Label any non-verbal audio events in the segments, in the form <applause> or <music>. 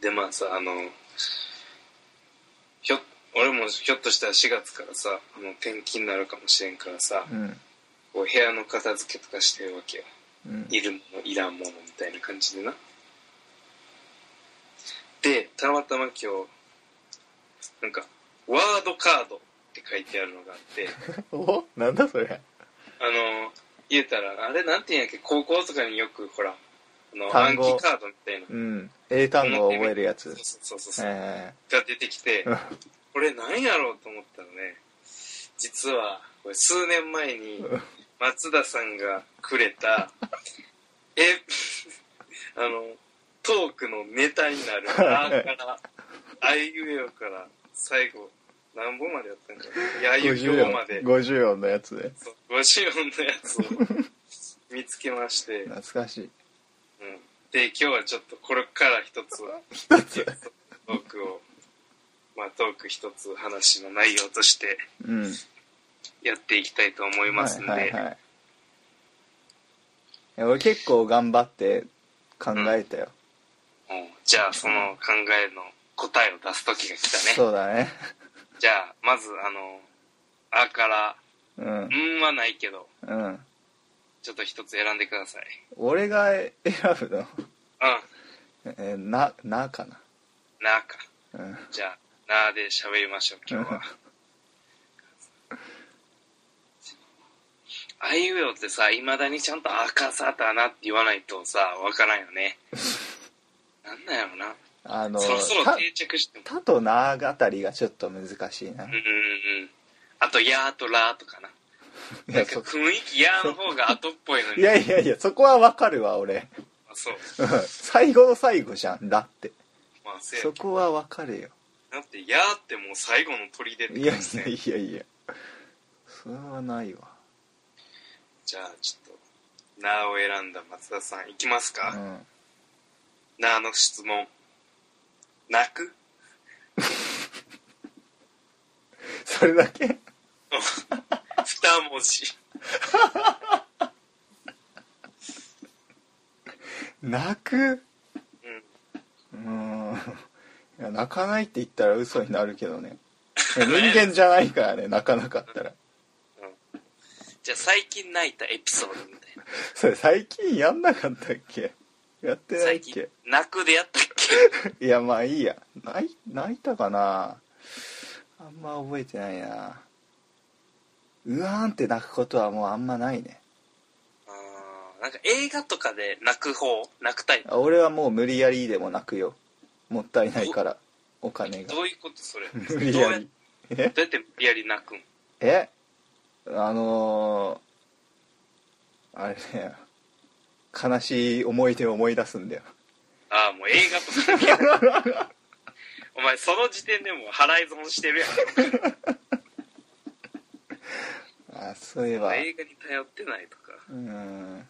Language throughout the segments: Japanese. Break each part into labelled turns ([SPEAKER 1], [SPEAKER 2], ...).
[SPEAKER 1] でまあさあのひょ俺もひょっとしたら4月からさあの転勤になるかもしれんからさ、
[SPEAKER 2] うん
[SPEAKER 1] こう部屋の片付けとかしてるわけよ
[SPEAKER 2] うん
[SPEAKER 1] いるものいらんものみたいな感じでなでたまたま今日なんかワードカードって書いてあるのがあ
[SPEAKER 2] <laughs>
[SPEAKER 1] って
[SPEAKER 2] おなんだそれ
[SPEAKER 1] あの言えたらあれなんて言うんやっけ高校とかによくほらあの暗
[SPEAKER 2] 単語
[SPEAKER 1] 記カードみたいな
[SPEAKER 2] うん英単語を覚えるやつ
[SPEAKER 1] そうそうそうそう、
[SPEAKER 2] え
[SPEAKER 1] が出てきて
[SPEAKER 2] えうん
[SPEAKER 1] これなんやろうと思ったらね実はこれ数年前に
[SPEAKER 2] うん
[SPEAKER 1] 松田さんがくれたえあのトークのネタになる「あ」から「あいうえお」から最後何本までやったんかな「やゆきょう」まで
[SPEAKER 2] 50音のやつで
[SPEAKER 1] そう50音のやつを見つけまして、うん、
[SPEAKER 2] 懐かしい
[SPEAKER 1] で今日はちょっとこれから一つ
[SPEAKER 2] 一つ
[SPEAKER 1] トークをまあトーク一つ話の内容として
[SPEAKER 2] うん
[SPEAKER 1] やっていきたいと思いますんで、
[SPEAKER 2] はいはいはいいや俺結構頑張って考えたよ、
[SPEAKER 1] うんじゃあその考えの答えを出す時が来たね
[SPEAKER 2] そうだね
[SPEAKER 1] じゃあまずあの「あ」から
[SPEAKER 2] うん
[SPEAKER 1] 「ん」はないけど
[SPEAKER 2] うん
[SPEAKER 1] ちょっと一つ選んでください
[SPEAKER 2] 俺が選ぶの
[SPEAKER 1] う
[SPEAKER 2] えななかなん
[SPEAKER 1] 「な」か
[SPEAKER 2] うん
[SPEAKER 1] じゃあ「な」で喋りましょう今日はあいうえおってさいまだにちゃんと「あ」か「さ」だなって言わないとさわからんよ
[SPEAKER 2] <laughs>
[SPEAKER 1] ねなんなんやろな
[SPEAKER 2] あの
[SPEAKER 1] そろそろ
[SPEAKER 2] た
[SPEAKER 1] 定着しても
[SPEAKER 2] たとなあたりがちょっと難しいな、
[SPEAKER 1] うんうんうんあと「や」と「ら」とかないなん
[SPEAKER 2] や
[SPEAKER 1] か
[SPEAKER 2] そ
[SPEAKER 1] 雰囲気やーの方が後っぽいのに。
[SPEAKER 2] いやいやいやそこはわかるわ俺
[SPEAKER 1] まあそう。
[SPEAKER 2] うん <laughs> 最後の最後じゃんだって
[SPEAKER 1] まあせや
[SPEAKER 2] そこはわかるよ
[SPEAKER 1] だって、やーってもう最後の鳥出て
[SPEAKER 2] いやい
[SPEAKER 1] す
[SPEAKER 2] や
[SPEAKER 1] ね。
[SPEAKER 2] いやいやそれはないわ
[SPEAKER 1] じゃあちょっと、なーを選んだ松田さんいきます
[SPEAKER 2] う
[SPEAKER 1] か、
[SPEAKER 2] ん
[SPEAKER 1] なーの質問。泣く
[SPEAKER 2] それだけ
[SPEAKER 1] 二文字。
[SPEAKER 2] 泣く
[SPEAKER 1] うん。
[SPEAKER 2] うーんいや泣かないって言ったら嘘になるけど
[SPEAKER 1] <laughs>
[SPEAKER 2] ねいや人間じゃないからね泣かなかったら
[SPEAKER 1] じゃあ最近泣いたエピソードみたいな。
[SPEAKER 2] それ最近やんなかったっけやってないっ
[SPEAKER 1] 最近
[SPEAKER 2] け、
[SPEAKER 1] 泣くでやったっけ
[SPEAKER 2] いやまあいいや泣い泣いたかなあんま覚えてないなうわーんって泣くことはもうあんまないね
[SPEAKER 1] あーなんか映画とかで泣く方泣くタイプ
[SPEAKER 2] あ俺はもう無理やりでも泣くよもったいないからお金が
[SPEAKER 1] どういうこと
[SPEAKER 2] <laughs>
[SPEAKER 1] それ
[SPEAKER 2] 無理やりえ
[SPEAKER 1] どうやって無理やり泣くん
[SPEAKER 2] えあのー、あれね悲しい思い出を思い出す
[SPEAKER 1] <laughs>
[SPEAKER 2] んだよ
[SPEAKER 1] ああ、もう映画とか見るお前、その時点でもう払い損してるやん。
[SPEAKER 2] あそういえば
[SPEAKER 1] 映画に頼ってないとか。
[SPEAKER 2] うん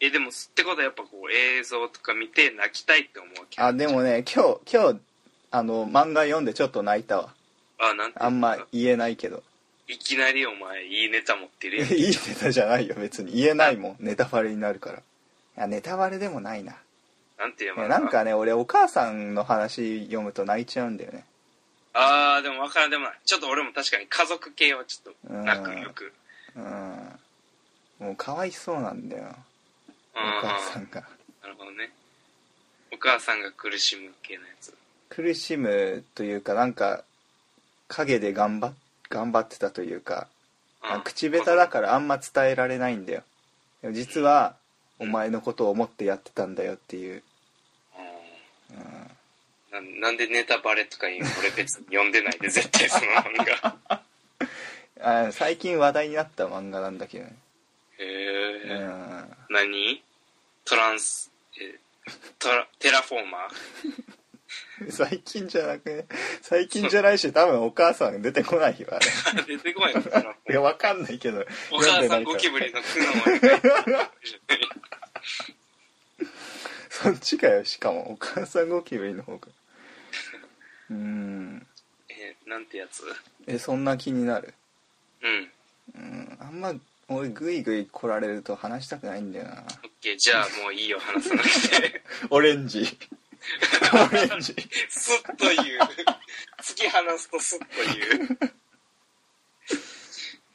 [SPEAKER 1] え、でも、ってことはやっぱこう、映像とか見て泣きたいって思うわけ。
[SPEAKER 2] あでもね今日今日あの漫画読んでちょっと泣いたわ
[SPEAKER 1] あ、なんていうの
[SPEAKER 2] あんま言えないけど
[SPEAKER 1] いきなりお前、いいネタ持って
[SPEAKER 2] <laughs>
[SPEAKER 1] るやん。
[SPEAKER 2] いいネタじゃないよ別に言えないもんネタバレになるからいやネタバレでもないな
[SPEAKER 1] なんて言え
[SPEAKER 2] い
[SPEAKER 1] ば
[SPEAKER 2] やなんかね俺お母さんの話読むと泣いちゃうんだよね
[SPEAKER 1] あー、でもわからんでもない。ちょっと俺も確かに家族系はちょっと、泣くよく。
[SPEAKER 2] うんもうかわいそうなんだよ
[SPEAKER 1] う
[SPEAKER 2] お
[SPEAKER 1] ん。
[SPEAKER 2] 母さんが
[SPEAKER 1] なるほどね。お母さんが苦しむ系のやつ。
[SPEAKER 2] 苦しむというかなんか陰で頑張っ頑張ってたというか、
[SPEAKER 1] うん
[SPEAKER 2] 口下手だからあんま伝えられないんだよでも実はお前のことを思ってやってたんだよっていう、
[SPEAKER 1] うんななんでネタバレとか言うの俺別に読んでないで絶対その漫
[SPEAKER 2] <laughs>
[SPEAKER 1] 画
[SPEAKER 2] あ最近話題になった漫画なんだけどね、
[SPEAKER 1] へ
[SPEAKER 2] う
[SPEAKER 1] え、
[SPEAKER 2] ん、
[SPEAKER 1] 何トランスえトラテラフォーマー
[SPEAKER 2] 最近じゃなくね最近じゃないし多分お母さん出てこないよあれ
[SPEAKER 1] 出てこないのテラフォーマ <laughs>
[SPEAKER 2] い
[SPEAKER 1] ー
[SPEAKER 2] やわかんないけど
[SPEAKER 1] お母さんゴキブリの苦悩を描いてる
[SPEAKER 2] <laughs> そっちかよしかもお母さんゴキブリの
[SPEAKER 1] <laughs>
[SPEAKER 2] 方がうん
[SPEAKER 1] <laughs> えなんてやつう
[SPEAKER 2] えそんな気になる
[SPEAKER 1] ん
[SPEAKER 2] うんあんま俺グイグイ来られると話したくないんだよな
[SPEAKER 1] オッケーじゃあもういいよ話さなくて
[SPEAKER 2] オレンジオレ
[SPEAKER 1] <laughs>
[SPEAKER 2] ンジ
[SPEAKER 1] すっと言う。 <laughs> 突き放すとすっと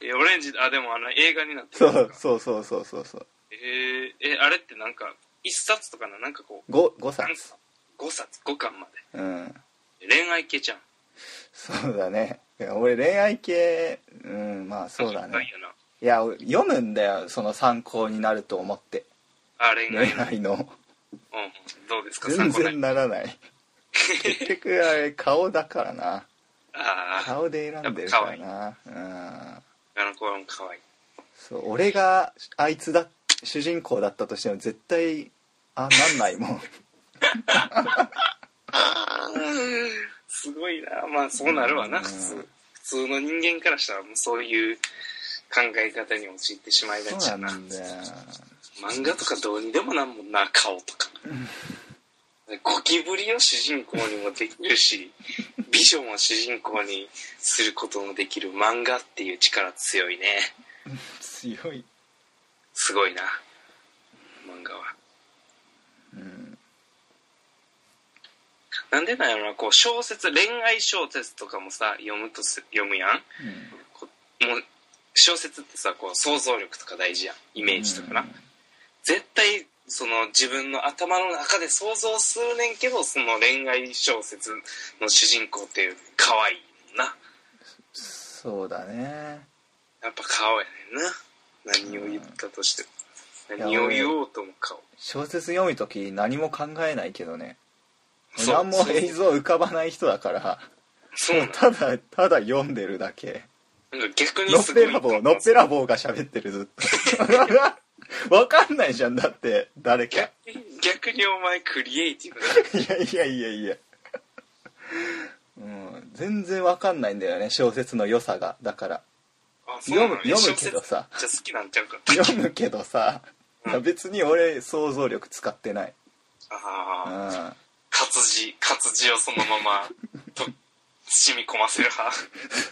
[SPEAKER 1] 言う。 <laughs> え、オレンジ、あ、でもあの映画になってるん
[SPEAKER 2] そ
[SPEAKER 1] です
[SPEAKER 2] う
[SPEAKER 1] か
[SPEAKER 2] そうそうそうそうそう
[SPEAKER 1] えーえ、あれってなんか、一冊とかな、なんかこう、
[SPEAKER 2] 5, 5
[SPEAKER 1] なん
[SPEAKER 2] 冊
[SPEAKER 1] か5冊、5巻ま
[SPEAKER 2] うん
[SPEAKER 1] で。恋愛系じゃん。
[SPEAKER 2] そうだねいや俺恋愛系うんまあそうだ
[SPEAKER 1] いっぱい
[SPEAKER 2] ね
[SPEAKER 1] やな。
[SPEAKER 2] いや俺読むんだよその参考になると思って
[SPEAKER 1] あ、恋
[SPEAKER 2] 恋
[SPEAKER 1] 愛の。
[SPEAKER 2] 愛の
[SPEAKER 1] うんうん、どうですか、
[SPEAKER 2] 全
[SPEAKER 1] 参考
[SPEAKER 2] 然
[SPEAKER 1] にな
[SPEAKER 2] ならない結局あれ顔だからな
[SPEAKER 1] ああ、
[SPEAKER 2] 顔で選んでるからなうん
[SPEAKER 1] あの子はもう可愛い。
[SPEAKER 2] そう俺があいつだ主人公だったとしても絶対あなんないもん
[SPEAKER 1] あーすごいな。まあ、そうなるわな、
[SPEAKER 2] うん
[SPEAKER 1] 普通。普通の人間からしたら、もうそういう考え方に陥ってしまいがち
[SPEAKER 2] そ
[SPEAKER 1] や
[SPEAKER 2] う
[SPEAKER 1] な。
[SPEAKER 2] なんだよ
[SPEAKER 1] 漫画とかどうにでもなんもんな顔と
[SPEAKER 2] <laughs>
[SPEAKER 1] かゴキブリを主人公にもできるし美女も主人公にすることもできる漫画っていう力強いね
[SPEAKER 2] 強い
[SPEAKER 1] すごいな漫画は
[SPEAKER 2] うん
[SPEAKER 1] なんでなんやろなこう小説恋愛小説とかもさ読むとす読むやんこもう小説ってさこう想像力とか大事やんイメージとかな、絶対その自分の頭の中で想像するねんけどその恋愛小説の主人公って可愛いもんな
[SPEAKER 2] そうだね
[SPEAKER 1] やっぱ顔やねんな何を言ったとしても何を言おうとも顔
[SPEAKER 2] 小説読む時何も考えないけどね
[SPEAKER 1] そう
[SPEAKER 2] 何も映像浮かばない人だから
[SPEAKER 1] そうなの
[SPEAKER 2] もうただただ読んでるだけ
[SPEAKER 1] なんか逆に
[SPEAKER 2] のっ
[SPEAKER 1] すご
[SPEAKER 2] ぺ
[SPEAKER 1] い
[SPEAKER 2] らぼうのっぺらぼうが喋ってるずっ <laughs> とわかんないじゃんだって誰か
[SPEAKER 1] 逆に逆にお前クリエイティブだ
[SPEAKER 2] いやいやいやいや、うん、全然わかんないんだよね小説の良さがだから
[SPEAKER 1] あそうなの
[SPEAKER 2] 読む
[SPEAKER 1] ね
[SPEAKER 2] 読むけどさ
[SPEAKER 1] 小説じゃ好きなんちゃうか
[SPEAKER 2] 読むけどさ
[SPEAKER 1] うん
[SPEAKER 2] いや別に俺想像力使ってない、う
[SPEAKER 1] ああ
[SPEAKER 2] ん、
[SPEAKER 1] 活字活字をそのままと染み込ませる派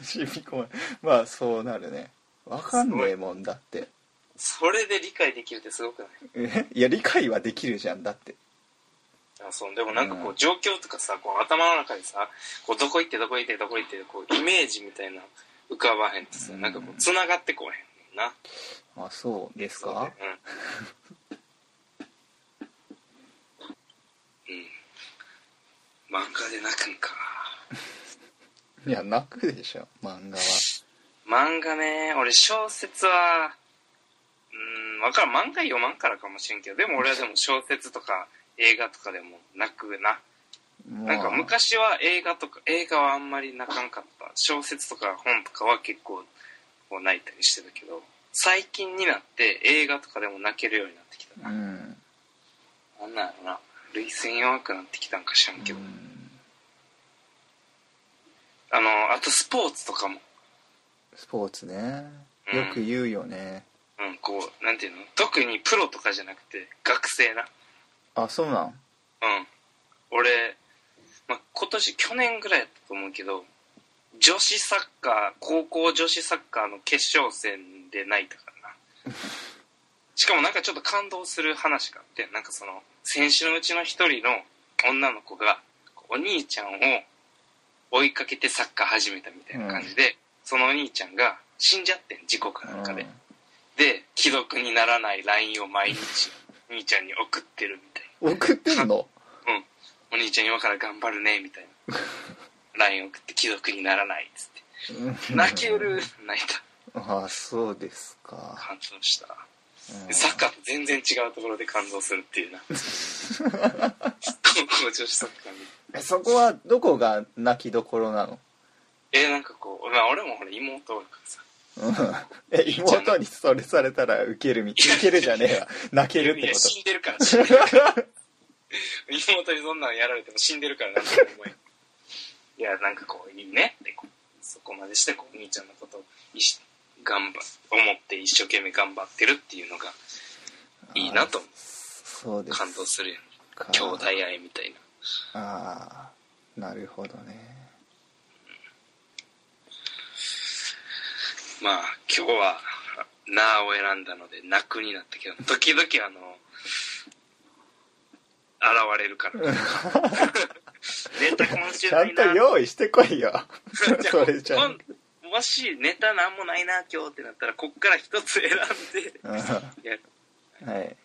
[SPEAKER 2] 染み込ままあそうなるねわかんねえもんだって
[SPEAKER 1] それで理解できるってすごくない
[SPEAKER 2] えいや理解はできるじゃんだって
[SPEAKER 1] あそうでもなんかこ
[SPEAKER 2] う
[SPEAKER 1] うん状況とかさこう頭の中でさこうどこ行ってどこ行ってどこ行ってこうイメージみたいな浮かばへんとさ
[SPEAKER 2] うん
[SPEAKER 1] なんかこうつながってこうへんねんな
[SPEAKER 2] あそうですか
[SPEAKER 1] うん、うん、漫画で泣くんか
[SPEAKER 2] いや泣くでしょ漫画は
[SPEAKER 1] 漫画ね俺小説はうん分からん漫画読まんからかもしれんけどでも俺はでも小説とか映画とかでも泣くな
[SPEAKER 2] ま
[SPEAKER 1] な
[SPEAKER 2] あ
[SPEAKER 1] んか昔は映画とか映画はあんまり泣かんかった小説とか本とかは結構こう泣いたりしてたけど最近になって映画とかでも泣けるようになってきたな、
[SPEAKER 2] うん
[SPEAKER 1] なんなんやろな涙腺弱くなってきたんか知らんけど、
[SPEAKER 2] うん
[SPEAKER 1] あのあとスポーツとかも
[SPEAKER 2] スポーツね
[SPEAKER 1] うん
[SPEAKER 2] よく言うよね、
[SPEAKER 1] うんこうなんていうの特にプロとかじゃなくて学生な
[SPEAKER 2] あそうなん
[SPEAKER 1] うん俺、まあ、今年去年ぐらいだったと思うけど女子サッカー高校女子サッカーの決勝戦で泣いたからな
[SPEAKER 2] <laughs>
[SPEAKER 1] しかもなんかちょっと感動する話があってなんかその選手のうちの一人の女の子がお兄ちゃんを追いかけてサッカー始めたみたいな感じで、そのお兄ちゃんが死んじゃってん事故かなんかで、
[SPEAKER 2] うん
[SPEAKER 1] で既読にならない LINE を毎日兄ちゃんに送ってるみたいな
[SPEAKER 2] 送ってんの
[SPEAKER 1] うん。お兄ちゃん今から頑張るね、みたい
[SPEAKER 2] <laughs>
[SPEAKER 1] な。LINE 送って既読にならない、っつっ
[SPEAKER 2] う
[SPEAKER 1] て。
[SPEAKER 2] ん
[SPEAKER 1] <laughs> 泣ける、泣いた。
[SPEAKER 2] あそうですか、
[SPEAKER 1] 感動した。
[SPEAKER 2] うん
[SPEAKER 1] でサッカーと全然違うところで感動するっていう
[SPEAKER 2] <laughs>
[SPEAKER 1] な。高校女子サッカーに。
[SPEAKER 2] えそこはどこが泣きどころなの
[SPEAKER 1] えなんかこう、まあ、俺もほら妹おるからさ。 <laughs>
[SPEAKER 2] うんえ妹にそれされたらウケるみウケるじゃねえわ泣けるっ
[SPEAKER 1] い
[SPEAKER 2] て
[SPEAKER 1] や、
[SPEAKER 2] こ
[SPEAKER 1] 死んでるから、死 <laughs> んでる
[SPEAKER 2] と
[SPEAKER 1] 妹にそんなんやられても死んでるからなんて
[SPEAKER 2] <laughs>
[SPEAKER 1] 思えんいやなんかこういいねってこうそこまでしてこうお兄ちゃんのことをいし頑張思って一生懸命頑張ってるっていうのがいいなと思
[SPEAKER 2] そう
[SPEAKER 1] う
[SPEAKER 2] です
[SPEAKER 1] 感動するやん
[SPEAKER 2] か
[SPEAKER 1] 兄弟愛みたいな
[SPEAKER 2] ああなるほどね
[SPEAKER 1] まあ今日は「なあ」を選んだので「泣く」になったけど時々あのれるから。ネタ今週
[SPEAKER 2] ちゃ
[SPEAKER 1] なんい
[SPEAKER 2] と
[SPEAKER 1] な。
[SPEAKER 2] 用意して
[SPEAKER 1] <laughs>
[SPEAKER 2] こいよそれじゃ
[SPEAKER 1] こ
[SPEAKER 2] あ
[SPEAKER 1] んもしネタなんもないな今日ってなったらこっから一つ選んで
[SPEAKER 2] うんは
[SPEAKER 1] やる
[SPEAKER 2] い